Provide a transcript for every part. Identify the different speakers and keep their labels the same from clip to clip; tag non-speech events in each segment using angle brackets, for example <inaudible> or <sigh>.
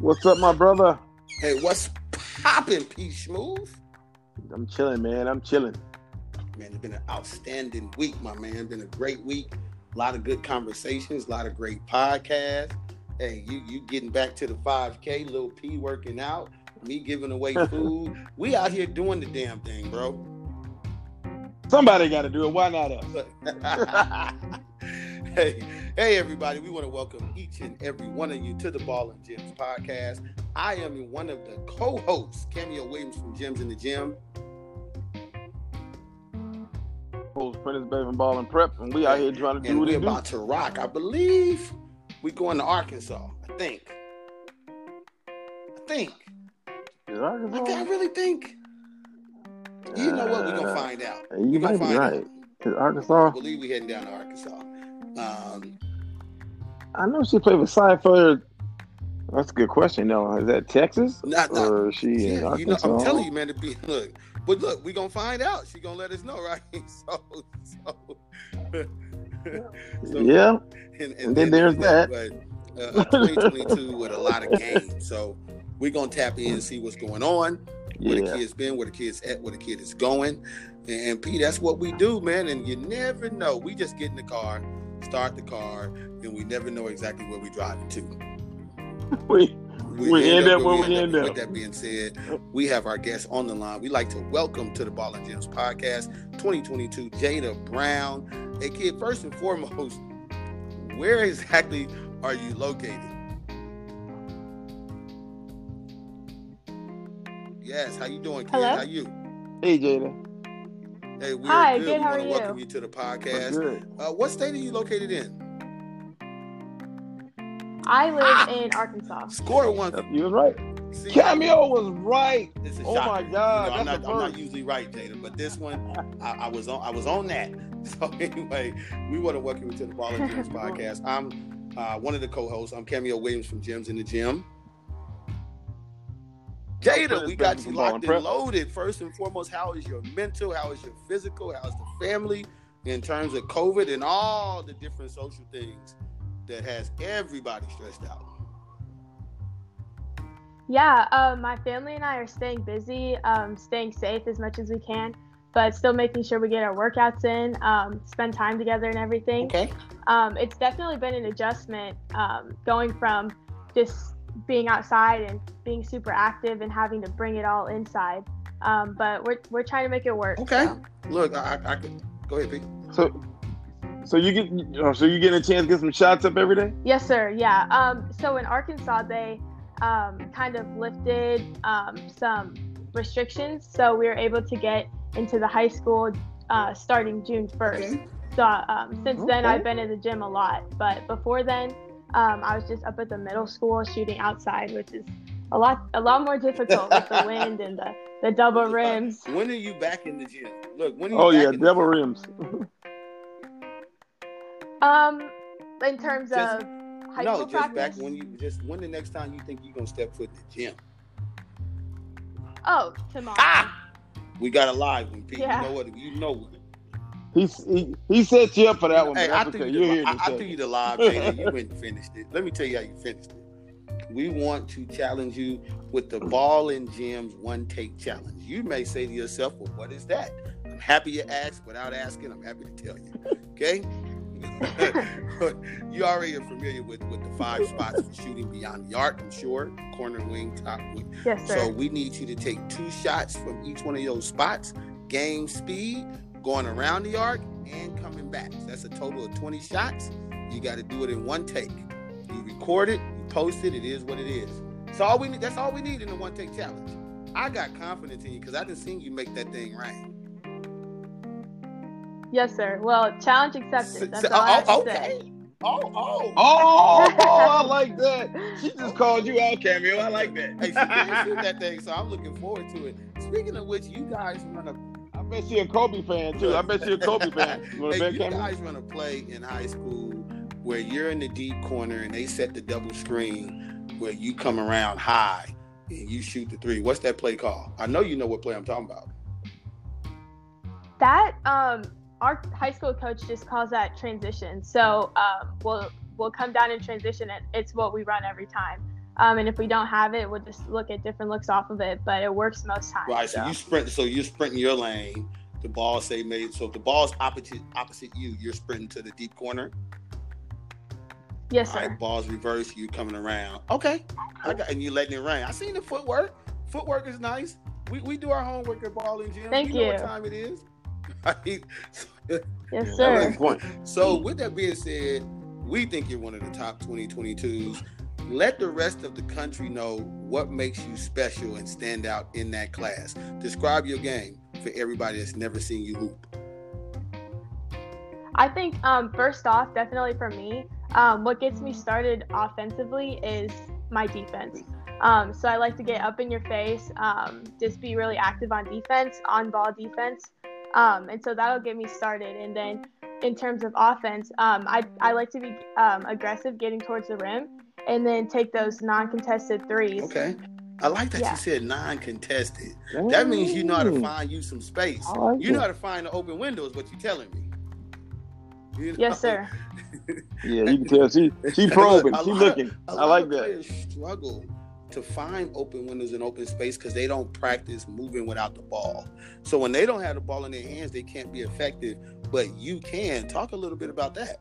Speaker 1: What's up, my brother?
Speaker 2: Hey, what's poppin', P Smooth?
Speaker 1: I'm chilling, man. I'm chilling.
Speaker 2: Man, it's been an outstanding week, my man. Been a great week. A lot of good conversations, a lot of great podcasts. Hey, you you getting back to the 5K, little P working out, me giving away food. we out here doing the damn thing, bro. <laughs>
Speaker 1: Somebody got to do it. Why not us?
Speaker 2: hey, hey, everybody. We want to welcome each and every one of you to the Ball and Gyms podcast. I am one of the co hosts, Cameo Williams from Gyms in the Gym.
Speaker 1: Host Prentice Bevan Ball and Prep, and we out here trying to do
Speaker 2: And
Speaker 1: what
Speaker 2: we're
Speaker 1: it do.
Speaker 2: about to rock. I believe we going to Arkansas. I think. I think.
Speaker 1: Is Arkansas?
Speaker 2: I, think, I really think. You know what? We're going to find out.
Speaker 1: Oh. Uh, You
Speaker 2: We're gonna
Speaker 1: might be
Speaker 2: find
Speaker 1: right.
Speaker 2: out.
Speaker 1: Is
Speaker 2: I
Speaker 1: Arkansas?
Speaker 2: believe we heading down to Arkansas. Um,
Speaker 1: I know she played for Seinfeld. That's a good question, though. Is that Texas
Speaker 2: not, not,
Speaker 1: or is she in
Speaker 2: Yeah, you know,
Speaker 1: Uh, Arkansas?
Speaker 2: I'm telling you, man. To be <laughs> look, but look, we gonna find out. She gonna let us know, right? <laughs> So, so, so-
Speaker 1: yeah,
Speaker 2: and,
Speaker 1: And then there's that. <laughs>
Speaker 2: But uh, 2022 with a lot of games, so we gonna tap in and see what's going on, where the
Speaker 1: yeah.
Speaker 2: kid's been, where the kid's at, where the kid is going, and, and P, that's what we do, man. And you never know. We just get in the car, start the car, and we never know exactly where we driving to.
Speaker 1: Wait, We end up where we end
Speaker 2: With
Speaker 1: up.
Speaker 2: that being said, we have our guests on the line. We like to welcome to the Ball and Gems podcast 2022 Jada Brown. Hey, kid, first and foremost, where exactly are you located? Yes, how you doing, kid?
Speaker 3: Hello?
Speaker 2: How you?
Speaker 1: hey Jada.
Speaker 2: Hey, we're
Speaker 3: Hi,
Speaker 2: good.
Speaker 3: good,
Speaker 2: we
Speaker 3: how
Speaker 2: want to
Speaker 3: are
Speaker 2: welcome
Speaker 3: you?
Speaker 2: you to the
Speaker 1: We're
Speaker 2: podcast.
Speaker 1: Good.
Speaker 2: Uh, what state are you located in?
Speaker 3: I live
Speaker 2: Ah!
Speaker 3: in Arkansas.
Speaker 2: Score one.
Speaker 1: You was right.
Speaker 2: See,
Speaker 1: Cameo was right.
Speaker 2: It's a
Speaker 1: Oh
Speaker 2: shocker.
Speaker 1: my God,
Speaker 2: You know, I'm
Speaker 1: that's
Speaker 2: not.
Speaker 1: a
Speaker 2: I'm not
Speaker 1: first.
Speaker 2: usually right, Jada, but this one, I, I was on. I was on that. <laughs> So anyway, we want to welcome you to the Ball
Speaker 1: <laughs>
Speaker 2: and Gems podcast. I'm uh, one of the co-hosts. I'm Cameo Williams from Gems in the Gym. Jada, we got you locked and loaded. First and foremost, how is your mental? How is your physical? How's the family in terms of COVID and all the different social things that has everybody stressed out?
Speaker 3: Yeah, um, my family and I are staying busy, um, staying safe as much as we can, but still making sure we get our workouts in, um, spend time together and everything.
Speaker 2: Okay.
Speaker 3: Um, it's definitely been an adjustment um, going from just being outside and being super active and having to bring it all inside. Um, but we're, we're trying to make it work.
Speaker 2: Okay.
Speaker 3: so.
Speaker 2: Look, I, I, I could go ahead, Pete.
Speaker 1: So, so you get, oh, so you getting a chance to get some shots up every day?
Speaker 3: Yes, sir. Yeah. Um, so in Arkansas, they um, kind of lifted um, some restrictions, so we were able to get into the high school uh, starting June first.
Speaker 2: Okay.
Speaker 3: So um, since then,
Speaker 1: Okay.
Speaker 3: I've been in the gym a lot, but before then, um, I was just up at the middle school shooting outside, which is a lot a lot more difficult
Speaker 2: <laughs>
Speaker 3: with the wind and the the double rims.
Speaker 2: When are you back in the gym? Look, when are you
Speaker 1: Oh
Speaker 2: Mm, back
Speaker 1: yeah,
Speaker 2: in the
Speaker 1: double
Speaker 2: gym?
Speaker 1: rims.
Speaker 3: Um, in terms
Speaker 2: Just-
Speaker 3: of high
Speaker 2: no,
Speaker 3: school
Speaker 2: just
Speaker 3: practice.
Speaker 2: back when you just when the next time you think you're gonna step foot in the gym.
Speaker 3: oh, tomorrow.
Speaker 2: Ah! We got a live one, Pete.
Speaker 3: Yeah.
Speaker 2: You know what? You know what?
Speaker 1: He, he he set you up for that one.
Speaker 2: Hey,
Speaker 1: man.
Speaker 2: I
Speaker 1: That's
Speaker 2: threw
Speaker 1: okay.
Speaker 2: you,
Speaker 1: You're
Speaker 2: the,
Speaker 1: here
Speaker 2: I,
Speaker 1: to
Speaker 2: I
Speaker 1: say
Speaker 2: threw
Speaker 1: it.
Speaker 2: you the live, Jada. You went and finished it. Let me tell you how you finished it. We want to challenge you with the ball and gyms one take challenge. You may say to yourself, "Well, what is that?" I'm happy you asked. Without asking, I'm happy to tell you. Okay. <laughs> you already are familiar with, with the five spots for shooting beyond the arc, I'm sure. Corner wing, top wing,
Speaker 3: Yes, sir.
Speaker 2: So we need you to take two shots from each one of those spots, gain speed, going around the arc, and coming back. So that's a total of 20 shots. You got to do it in one take. You record it, you post it, it is what it is. So all we need that's all we need in the one take challenge. I got confidence in you because I didn't seen you make that thing right.
Speaker 3: Yes, sir. Well, challenge accepted. That's all I have to
Speaker 2: oh,
Speaker 3: say.
Speaker 2: okay. Oh, oh.
Speaker 1: Oh, oh, I like that. She
Speaker 2: <laughs>
Speaker 1: just called you out, Cameo. I like that.
Speaker 2: Hey, she
Speaker 1: <laughs>
Speaker 2: did shoot that thing, so I'm looking forward to it. Speaking of which, you guys run a
Speaker 1: I bet she a Kobe fan too. I bet you a Kobe
Speaker 2: <laughs>
Speaker 1: fan. You want to
Speaker 2: Hey,
Speaker 1: bet
Speaker 2: you
Speaker 1: Cameo?
Speaker 2: guys run a play in high school where you're in the deep corner and they set the double screen where you come around high and you shoot the three. What's that play called? I know you know what play I'm talking about.
Speaker 3: That um, our high school coach just calls that transition. So um, we'll we'll come down in transition, and it's what we run every time. Um, and if we don't have it, we'll just look at different looks off of it. But it works most times.
Speaker 2: Right. So you sprint. So you're sprinting your lane. The ball say made. So if the ball's opposite opposite you, you're sprinting to the deep corner.
Speaker 3: Yes,
Speaker 2: All
Speaker 3: sir.
Speaker 2: right, balls reverse, you coming around. Okay. I got, and you letting it rain. I seen the footwork. Footwork is nice. We, we do our homework at ball and gym.
Speaker 3: Thank
Speaker 2: you. Know what
Speaker 3: you.
Speaker 2: time it is. <laughs> Right?
Speaker 3: Yes,
Speaker 1: That's a
Speaker 3: sir.
Speaker 1: good point.
Speaker 2: So with that being said, we think you're one of the top 2022s. Let the rest of the country know what makes you special and stand out in that class. Describe your game for everybody that's never seen you hoop.
Speaker 3: I think um, first off, definitely for me, um, what gets me started offensively is my defense. Um, so I like to get up in your face, um, just be really active on defense, on ball defense, um, and so that'll get me started. And then in terms of offense, um, I I like to be um, aggressive, getting towards the rim, and then take those non-contested threes.
Speaker 2: Okay. I like that
Speaker 3: Yeah.
Speaker 2: you said non-contested. That means you know how to find you some space.
Speaker 1: I like
Speaker 2: You know
Speaker 1: it.
Speaker 2: how to find the open window is what you're telling me. You know?
Speaker 3: Yes, sir.
Speaker 2: <laughs>
Speaker 1: Yeah, you can tell she she probing,
Speaker 2: A
Speaker 1: she
Speaker 2: lot-
Speaker 1: looking.
Speaker 2: A
Speaker 1: I
Speaker 2: lot
Speaker 1: like
Speaker 2: of
Speaker 1: that.
Speaker 2: Players struggle to find open windows and open space because they don't practice moving without the ball. So when they don't have the ball in their hands, they can't be effective. But you can talk a little bit about that.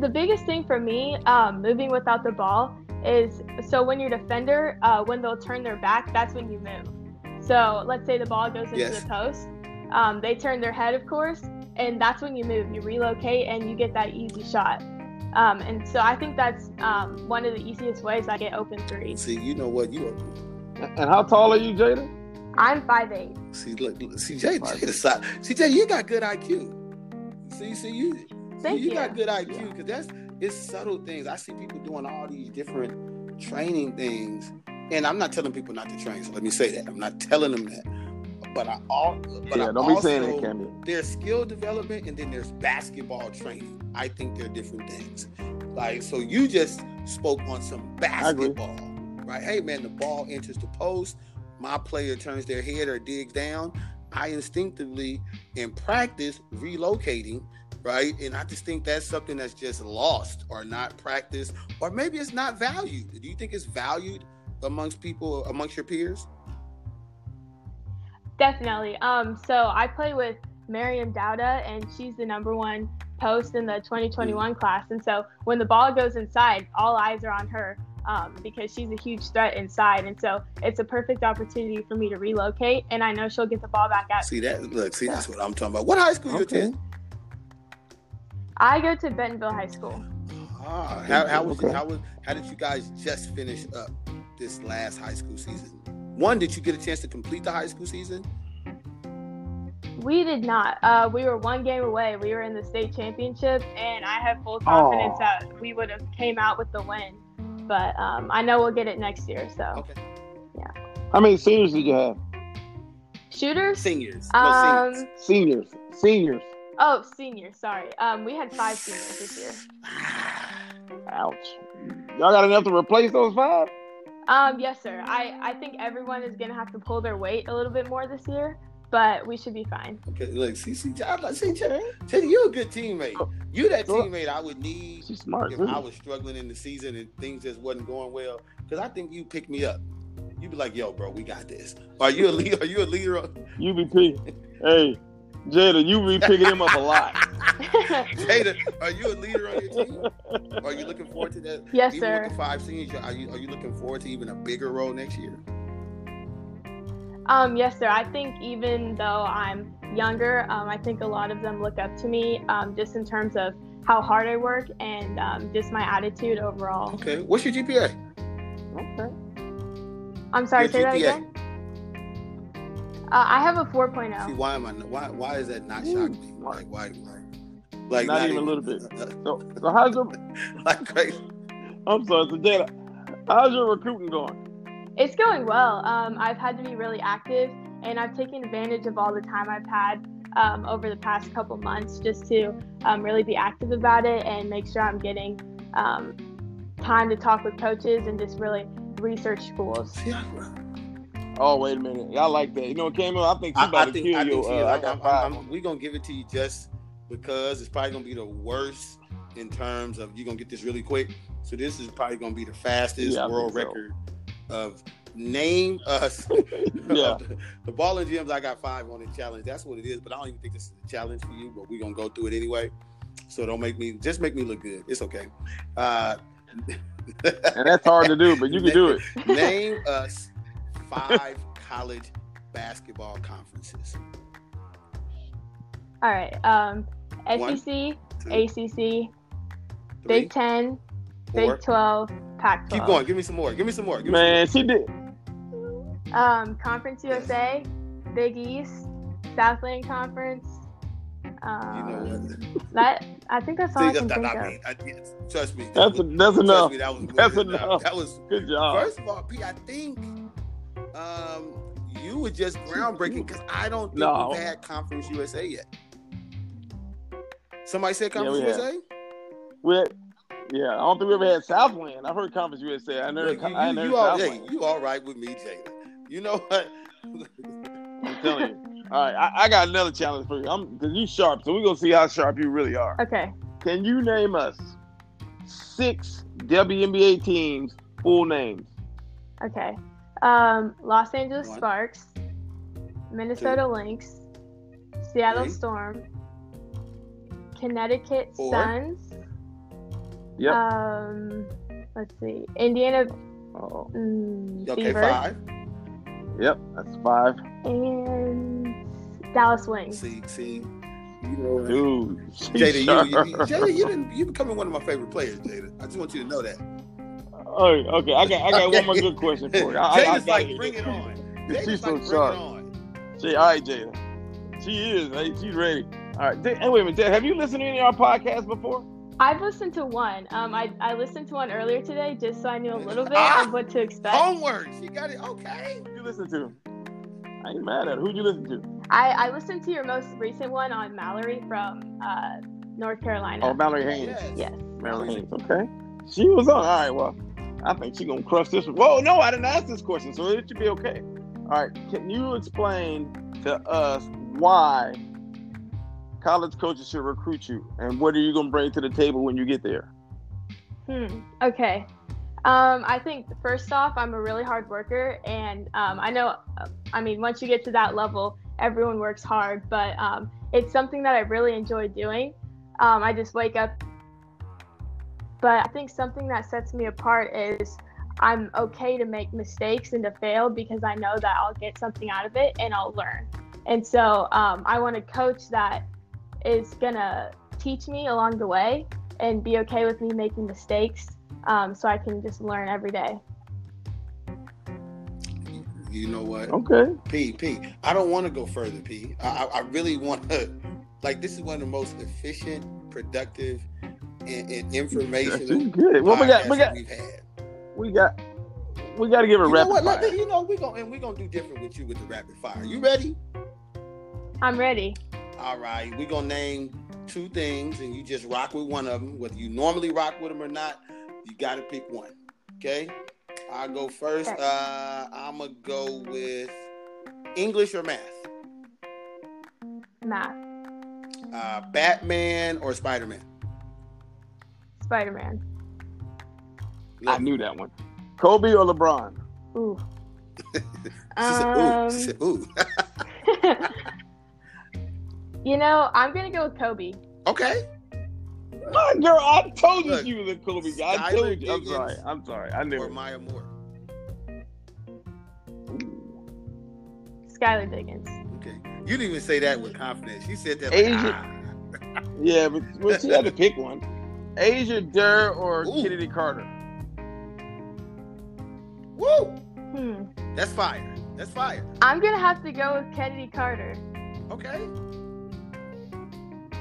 Speaker 3: The biggest thing for me, um, moving without the ball, is so when your defender, uh, when they'll turn their back, that's when you move. So let's say the ball goes into
Speaker 2: Yes.
Speaker 3: the post, um, they turn their head, of course, and that's when you move. You relocate and you get that easy shot. Um, and so I think that's um, one of the easiest ways I get open threes.
Speaker 2: See, you know what? You are,
Speaker 1: And how tall are you, Jada?
Speaker 3: I'm five eight.
Speaker 2: see, look, look CJ, CJ, side. <laughs> CJ, you got good IQ. See, see, you, see,
Speaker 3: Thank
Speaker 2: you
Speaker 3: you.
Speaker 2: got good IQ because that's it's subtle things. I see people doing all these different training things, and I'm not telling people not to train. So let me say that I'm not telling them that. But I all, but
Speaker 1: yeah,
Speaker 2: I
Speaker 1: don't be saying
Speaker 2: also-
Speaker 1: that, Cammy.
Speaker 2: there's skill development and then there's basketball training. I think they're different things. Like so you just spoke on some
Speaker 1: agree.
Speaker 2: basketball, right? Hey man, the ball enters the post, my player turns their head or digs down. I instinctively in practice relocating, right? And I just think that's something that's just lost or not practiced, or maybe it's not valued. Do you think it's valued amongst people, amongst your peers?
Speaker 3: Definitely. Um, so I play with Miriam Dowda, and she's the number one post in the 2021 class. And so when the ball goes inside, all eyes are on her um, because she's a huge threat inside. And so it's a perfect opportunity for me to relocate, and I know she'll get the ball back out.
Speaker 2: See that? Look, see that's what I'm talking about. What high school you
Speaker 1: Okay.
Speaker 2: attend?
Speaker 3: I go to Bentonville High School.
Speaker 2: Ah, how, how was
Speaker 1: Okay.
Speaker 2: how was how did you guys just finish up this last high school season? One, did you get a chance to complete the high school season?
Speaker 3: We did not. Uh, we were one game away. We were in the state championship, and I have full confidence
Speaker 1: Aw.
Speaker 3: that we would have came out with the win. But um, I know we'll get it next year. So
Speaker 2: Okay.
Speaker 1: How many seniors did you have?
Speaker 3: shooters.
Speaker 2: Seniors. no,
Speaker 3: Um,
Speaker 2: seniors.
Speaker 1: Seniors, seniors.
Speaker 3: Oh, senior. Sorry. Um, we had five seniors this year.
Speaker 2: Ah,
Speaker 1: Ouch. Y'all got enough to replace those five?
Speaker 3: Um, yes, sir. I I think everyone is gonna have to pull their weight a little bit more this year, but we should be fine. <laughs>
Speaker 2: Okay, look, see, see, I like see, Teddy, Teddy, you're a good teammate. You that teammate I would need
Speaker 1: She's smart.
Speaker 2: if
Speaker 1: really.
Speaker 2: I was struggling in the season and things just wasn't going well. Because I think you pick me up. You'd be like, "Yo, bro, we got this." Are you a leader? Are you a leader?
Speaker 1: UVP. Hey, Jada, you be picking him up a lot. <laughs>
Speaker 2: Jada, are you a leader on your team? Are you looking forward to that?
Speaker 3: yes,
Speaker 2: even
Speaker 3: sir.
Speaker 2: with the five seniors, are you are you looking forward to even a bigger role next year?
Speaker 3: Um, yes, sir. I think even though I'm younger, um, I think a lot of them look up to me, um, just in terms of how hard I work and um, just my attitude overall.
Speaker 2: Okay, what's your GPA?
Speaker 1: Okay.
Speaker 3: I'm sorry.
Speaker 2: Your
Speaker 3: Say that
Speaker 2: GPA.
Speaker 3: again. Uh, I have a oh. 4.0.
Speaker 2: See, why am I why why is that not
Speaker 1: Ooh.
Speaker 2: shocking? me? Like why why? Like
Speaker 1: Not even a little bit.
Speaker 2: bit.
Speaker 1: So, so how's your?
Speaker 2: <laughs> like crazy.
Speaker 1: I'm sorry, so Jada, how's your recruiting going?
Speaker 3: It's going well. Um, I've had to be really active, and I've taken advantage of all the time I've had um, over the past couple months just to um, really be active about it and make sure I'm getting um, time to talk with coaches and just really research schools.
Speaker 2: See, I,
Speaker 1: Oh, wait a minute. Y'all like that? You know, Camille, I think
Speaker 2: I,
Speaker 1: she's
Speaker 2: I
Speaker 1: about to
Speaker 2: think,
Speaker 1: kill
Speaker 2: I think
Speaker 1: you.
Speaker 2: she
Speaker 1: Uh,
Speaker 2: is.
Speaker 1: I
Speaker 2: I'm-
Speaker 1: got
Speaker 2: I'm-
Speaker 1: five.
Speaker 2: I'm- we gonna give it to you just because it's probably gonna be the worst in terms of you're gonna get this really quick. So this is probably going to be the fastest
Speaker 1: Yeah, I
Speaker 2: world
Speaker 1: think so.
Speaker 2: record of name us.
Speaker 1: <laughs>
Speaker 2: <laughs>
Speaker 1: Yeah.
Speaker 2: the, ball and gyms. I got five on the challenge. That's what it is. But I don't even think this is a challenge for you. But we're gonna go through it anyway. So don't make me just make me look good. It's okay. Uh, <laughs>
Speaker 1: and that's hard to do, but you can do it.
Speaker 2: name us five college basketball conferences.
Speaker 3: All right. Um,
Speaker 2: One,
Speaker 3: SEC,
Speaker 2: Two,
Speaker 3: ACC,
Speaker 2: three,
Speaker 3: Big Ten,
Speaker 2: four.
Speaker 3: Big Twelve, Pac-12.
Speaker 2: Keep going. Give me some more. Give me some more. Give me
Speaker 1: Man, she did.
Speaker 3: Um, Conference
Speaker 2: Yes.
Speaker 3: USA, Big East, Southland Conference.
Speaker 2: some more. You know
Speaker 3: Um,
Speaker 2: what?
Speaker 3: that I think that's all I
Speaker 2: See,
Speaker 3: can
Speaker 2: that-
Speaker 3: think
Speaker 2: that-
Speaker 3: of.
Speaker 2: I mean, I- Trust me.
Speaker 1: That's that's
Speaker 2: trust
Speaker 1: enough.
Speaker 2: me, that was more
Speaker 1: That's
Speaker 2: than
Speaker 1: enough. Uh.
Speaker 2: That was
Speaker 1: Good job.
Speaker 2: First of all, P, I think um, you were just groundbreaking because I don't think
Speaker 1: No.
Speaker 2: we've had Conference USA yet. Somebody said Conference
Speaker 1: we have.
Speaker 2: USA?
Speaker 1: With yeah, I don't think we ever had Southland. I've heard Conference USA. I never,
Speaker 2: Look, you,
Speaker 1: I
Speaker 2: you-
Speaker 1: never
Speaker 2: you all, hey,
Speaker 1: Southland.
Speaker 2: you all right with me, Jada. You know what?
Speaker 1: I'm telling you. All right, I, I got another challenge for you. I'm because you sharp, so we're gonna see how sharp you really are.
Speaker 3: Okay.
Speaker 1: Can you name us six WNBA teams full names?
Speaker 3: Okay. Um, Los Angeles
Speaker 2: One.
Speaker 3: Sparks, Minnesota Lynx, Seattle
Speaker 2: Three.
Speaker 3: Storm, Connecticut
Speaker 2: Four.
Speaker 3: Suns.
Speaker 1: Yep.
Speaker 3: Um, let's see. Indiana
Speaker 1: Oh,
Speaker 3: mm,
Speaker 2: Okay,
Speaker 3: Fever
Speaker 2: five.
Speaker 1: yep, that's five.
Speaker 3: and Dallas Wings.
Speaker 2: See, see. You know what?
Speaker 1: Dude,
Speaker 2: Jada, you,
Speaker 1: sharp. <laughs>
Speaker 2: you, Jada, you didn't, you're becoming one of my favorite players, Jada. I just want you to know that.
Speaker 1: Oh, okay, I got, I got one more good question for you. I, I, I
Speaker 2: Jada's
Speaker 1: got
Speaker 2: like,
Speaker 1: it.
Speaker 2: bring it on. <laughs>
Speaker 1: She's
Speaker 2: Jada's
Speaker 1: so
Speaker 2: like, bring it
Speaker 1: sharp.
Speaker 2: on.
Speaker 1: She, all right, Jada. She is. Hey, she's ready. All right. Jay- Hey, wait a minute. Jay, have you listened to any of our podcasts before?
Speaker 3: I've listened to one. Um, I, I listened to one earlier today just so I knew
Speaker 2: <laughs>
Speaker 3: a little bit
Speaker 2: Ah!
Speaker 3: of what to expect.
Speaker 2: Homework. She got it. Okay.
Speaker 1: Who you listen to? I ain't mad at her. Who'd you listen to?
Speaker 3: I, I listened to your most recent one on Mallory from uh, North Carolina.
Speaker 1: Oh, Mallory Haynes.
Speaker 3: yes.
Speaker 1: Mallory Haynes. Okay. She was on. All right. Well, I think she's going to crush this one. Whoa, no, I didn't ask this question, so it should be okay. All right. Can you explain to us why college coaches should recruit you and what are you going to bring to the table when you get there?
Speaker 3: Hmm. Okay. Um, I think first off, I'm a really hard worker, and um, I know, I mean, once you get to that level, everyone works hard, but um, it's something that I really enjoy doing. Um, I just wake up. But I think something that sets me apart is I'm okay to make mistakes and to fail because I know that I'll get something out of it and I'll learn. And so um, I want a coach that is going to teach me along the way and be okay with me making mistakes um, so I can just learn every day.
Speaker 2: You know what?
Speaker 1: Okay.
Speaker 2: P, P. I don't want to go further, P. I, I I really want <laughs> to. Like, this is one of the most efficient, productive, and, and
Speaker 1: That's she's
Speaker 2: informational
Speaker 1: good. Well, we got, we
Speaker 2: podcasts
Speaker 1: got,
Speaker 2: we've had.
Speaker 1: we got, we got to give a
Speaker 2: You know
Speaker 1: rapid
Speaker 2: what?
Speaker 1: fire.
Speaker 2: Let me- you know, we're going to and we're gonna do different with you with the rapid fire. You ready?
Speaker 3: I'm ready.
Speaker 2: All right. We're going to name two things, and you just rock with one of them. Whether you normally rock with them or not, you got to pick one. Okay? I'll go first.
Speaker 3: Okay.
Speaker 2: Uh, I'm going to go with English or math.
Speaker 3: Math,
Speaker 2: uh, Batman or Spider Man?
Speaker 3: Spider Man.
Speaker 1: I knew that one. Kobe or LeBron?
Speaker 3: Ooh.
Speaker 2: <laughs>
Speaker 3: Uh, Um,
Speaker 2: She said, ooh. She said, ooh. <laughs>
Speaker 3: <laughs> you know, I'm going to go with Kobe.
Speaker 2: okay.
Speaker 1: My girl, I told you
Speaker 2: Look,
Speaker 1: she was a Kobe guy. I
Speaker 2: Skylar
Speaker 1: told you. I'm
Speaker 2: Diggins
Speaker 1: sorry. I'm sorry. I knew
Speaker 2: Or
Speaker 1: it.
Speaker 2: Maya Moore.
Speaker 3: Skylar Diggins.
Speaker 2: Okay. You didn't even say that with confidence. She said that. Like,
Speaker 1: Asian-
Speaker 2: ah.
Speaker 1: Yeah, but well, she had to pick one. <laughs> Asia Durr or
Speaker 2: Ooh.
Speaker 1: Kennedy Carter?
Speaker 2: Woo!
Speaker 3: Hmm.
Speaker 2: That's fire. That's fire.
Speaker 3: I'm going to have to go with Kennedy Carter.
Speaker 2: Okay.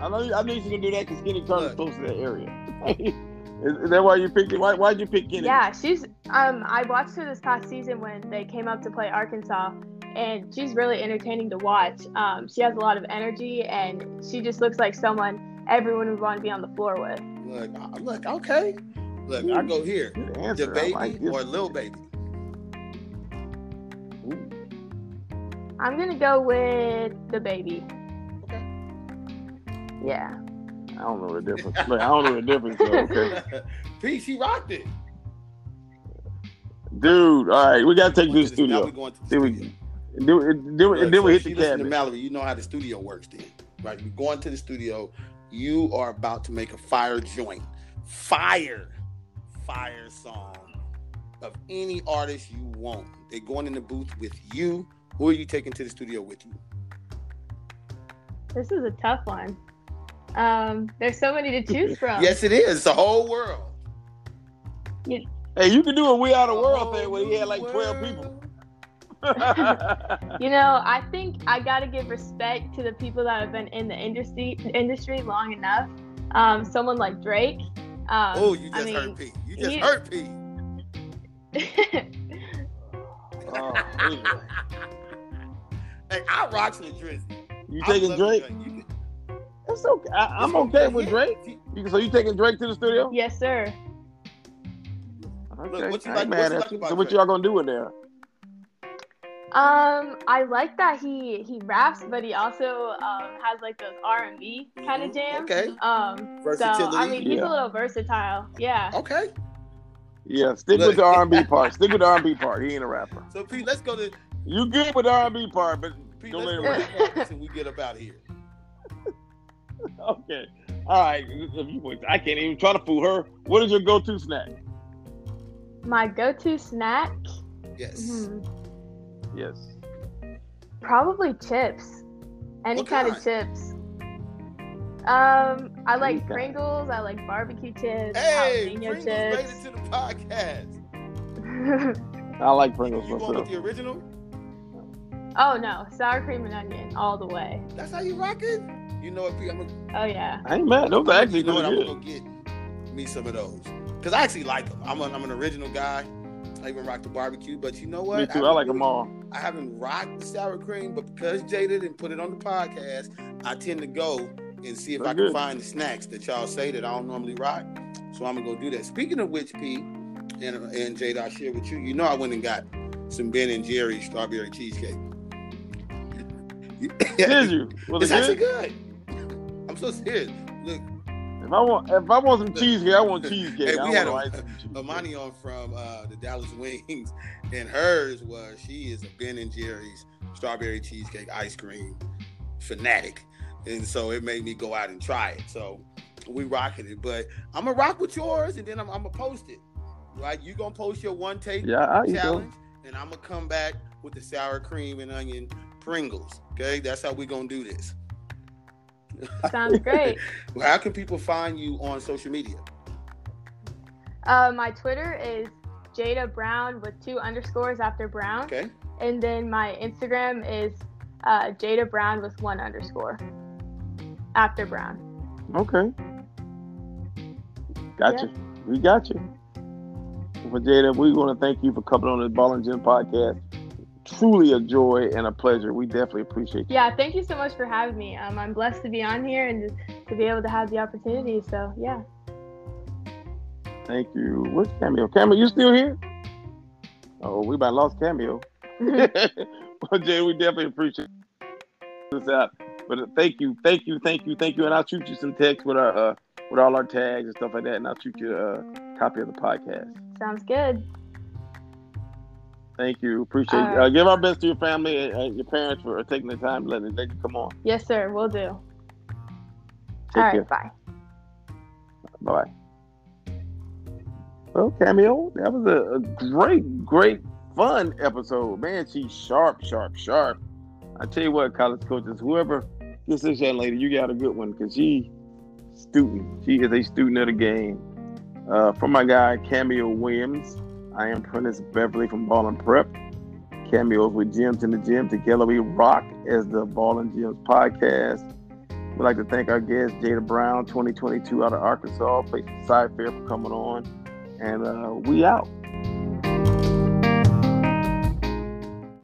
Speaker 1: I know. I knew she was gonna do that because Kennedy Carter's close
Speaker 2: Look.
Speaker 1: to that area. is, is that why you picked? Why why'd you pick Kennedy?
Speaker 3: Yeah, she's. Um, I watched her this past season when they came up to play Arkansas, and she's really entertaining to watch. Um, she has a lot of energy, and she just looks like someone everyone would want to be on the floor with.
Speaker 2: Look, I, look, okay. Look, I go here.
Speaker 1: Good
Speaker 2: The
Speaker 1: answer. I
Speaker 2: baby
Speaker 1: like this.
Speaker 2: or Lil Baby?
Speaker 1: Ooh.
Speaker 3: I'm gonna go with the baby.
Speaker 2: Okay.
Speaker 3: Yeah.
Speaker 1: I don't know the difference. Look, I don't know the difference. Though,
Speaker 2: <laughs>
Speaker 1: okay,
Speaker 2: Peace, he rocked it.
Speaker 1: dude. All right, we gotta take
Speaker 2: Now
Speaker 1: you
Speaker 2: we
Speaker 1: to the studio.
Speaker 2: going to the
Speaker 1: Then we
Speaker 2: studio.
Speaker 1: do it. Do it.
Speaker 2: Look,
Speaker 1: And then
Speaker 2: so
Speaker 1: we hit
Speaker 2: if
Speaker 1: the
Speaker 2: you listen to
Speaker 1: cabinet.
Speaker 2: Mallory, you know how the studio works then. Right? You're going to the studio, you are about to make a fire joint. Fire. Fire song of any artist you want. They're going in the booth with you. Who are you taking to the studio with you?
Speaker 3: This is a tough one. Um, there's so many to choose from.
Speaker 2: Yes, it is. The whole world.
Speaker 1: Hey, you can do a We Are the
Speaker 2: whole
Speaker 1: World thing where he had like
Speaker 2: world.
Speaker 1: 12
Speaker 2: <laughs>
Speaker 1: people. <laughs>
Speaker 2: Oh,
Speaker 1: That's
Speaker 3: You know, I think I got to give respect to the people that have been in the industry industry long enough. Um, someone like Drake. Um,
Speaker 2: Oh, you just
Speaker 3: I mean,
Speaker 2: hurt Pete. You just
Speaker 3: he-
Speaker 2: hurt Pete.
Speaker 1: Oh, man.
Speaker 2: <laughs> Hey, I rocks with Drizzy.
Speaker 1: You
Speaker 2: I
Speaker 1: taking
Speaker 2: love
Speaker 1: Drake?
Speaker 2: You can-
Speaker 1: okay. I, I'm okay with Drake. You- So you taking Drake to the studio?
Speaker 3: <laughs> yes, sir.
Speaker 1: Okay.
Speaker 2: Look, what you
Speaker 1: I ain't
Speaker 2: like-
Speaker 1: mad
Speaker 2: what you
Speaker 1: at
Speaker 2: like about
Speaker 1: So what
Speaker 2: Drake?
Speaker 1: y'all gonna do in there?
Speaker 3: Um, I like that he he raps, but he also um, has like those R and B kind of
Speaker 2: Mhm,
Speaker 3: jams.
Speaker 2: okay.
Speaker 3: Um, so
Speaker 2: Versatility.
Speaker 3: I mean, he's
Speaker 1: Yeah.
Speaker 3: a little versatile. Yeah.
Speaker 2: okay.
Speaker 1: Yeah, stick
Speaker 2: Look.
Speaker 1: with the R&B part. Stick with the R&B part. He ain't a rapper.
Speaker 2: So Pete, let's go to
Speaker 1: You good with the R&B part, but
Speaker 2: Pete,
Speaker 1: don't let
Speaker 2: let's
Speaker 1: it
Speaker 2: go
Speaker 3: go.
Speaker 1: rap.
Speaker 2: to the office and we get up out of here.
Speaker 1: Okay. All right. If you- I can't even try to fool her. What is your go-to snack?
Speaker 3: My go-to snack,
Speaker 2: Yes.
Speaker 3: hmm,
Speaker 1: Yes.
Speaker 3: probably chips. Any
Speaker 2: What
Speaker 3: kind of
Speaker 2: kind?
Speaker 3: chips. Um, I like
Speaker 1: kind.
Speaker 3: Pringles. I like barbecue chips.
Speaker 2: Hey,
Speaker 3: jalapeno
Speaker 2: Pringles made it
Speaker 3: chips.
Speaker 2: to the podcast.
Speaker 1: I like Pringles
Speaker 2: You going with
Speaker 1: myself.
Speaker 2: the original?
Speaker 3: <laughs> oh no, sour cream and onion all the way.
Speaker 2: That's how you rock it? You know what, Pete? I'm gonna, <laughs>
Speaker 3: Oh yeah.
Speaker 1: I ain't mad. Those are actually
Speaker 2: you know what?
Speaker 1: really
Speaker 2: I'm
Speaker 1: good.
Speaker 2: gonna go get me some of those because I actually like them. I'm, a, I'm an original guy. I even rock the barbecue, but you know what?
Speaker 1: Me too. I like
Speaker 2: them
Speaker 1: them
Speaker 2: all.
Speaker 1: all.
Speaker 2: I haven't rocked the sour cream, but because Jada didn't put it on the podcast, I tend to go and see if
Speaker 1: That's
Speaker 2: I can
Speaker 1: good.
Speaker 2: find the snacks that y'all say that I don't normally rock. So I'm gonna go do that. Speaking of which, Pete and and Jada, I share with you. You know I went and got some Ben and Jerry's strawberry cheesecake. <laughs>
Speaker 1: Did you? Was it
Speaker 2: it's actually
Speaker 1: good?
Speaker 2: good. I'm so serious. Look,
Speaker 1: If I want, if I want some cheesecake, I want cheesecake.
Speaker 2: Hey,
Speaker 1: I don't
Speaker 2: we had
Speaker 1: want
Speaker 2: a-
Speaker 1: ice cream cheesecake.
Speaker 2: Amani on from uh, the Dallas Wings, <laughs> and hers was she is a Ben and Jerry's strawberry cheesecake ice cream fanatic, and so it made me go out and try it. So we rocking it, but I'm gonna rock with yours, and then I'm, I'm gonna post it. Right, you gonna post your one take
Speaker 1: Yeah, I eat those.
Speaker 2: challenge, and I'm gonna come back with the sour cream and onion Pringles. Okay, that's how we gonna do this.
Speaker 3: Sounds great.
Speaker 2: Well, how can people find you on social media?
Speaker 3: Uh, my Twitter is Jada Brown with two underscores after Brown,
Speaker 2: Okay.
Speaker 3: and then my Instagram is uh, Jada Brown with one underscore after Brown.
Speaker 1: Okay. Gotcha. We got you. Well, Jada, we want to thank you for coming on this Ball and Gym podcast. Truly a joy and a pleasure. We definitely appreciate you.
Speaker 3: Yeah, thank you so much for having me. Um, I'm blessed to be on here and to be able to have the opportunity. So yeah,
Speaker 1: Thank you. Where's Cameo? Cameo, you still here? Oh, we about lost Cameo. <laughs> well, Jada, we definitely appreciate this out. But uh, thank you, thank you, thank you, thank you. And I'll shoot you some text with our uh, with all our tags and stuff like that. And I'll shoot you a uh, copy of the podcast.
Speaker 3: sounds good.
Speaker 1: Thank you. Appreciate
Speaker 3: All
Speaker 1: it.
Speaker 3: right.
Speaker 1: Uh, give our best to your family and uh, your parents for taking the time, letting, letting you come on.
Speaker 3: Yes, sir. We'll do.
Speaker 1: Take
Speaker 3: All
Speaker 1: care.
Speaker 3: right. Bye.
Speaker 1: Bye bye. Well, Cameo, that was a, a great, great, fun episode. Man, she's sharp, sharp, sharp. I tell you what, college coaches, whoever gets this young lady, you got a good one because she student. She is a student of the game. Uh, for my guy, Cameo Williams, I am Prentice Beverly from Ball and Prep. Cameos with Gyms in the Gym. Together we rock as the Ball and Gyms podcast. We'd like to thank our guest, Jada Brown, 2022 out of Arkansas, Faith Side Fair for coming on. And uh, we out.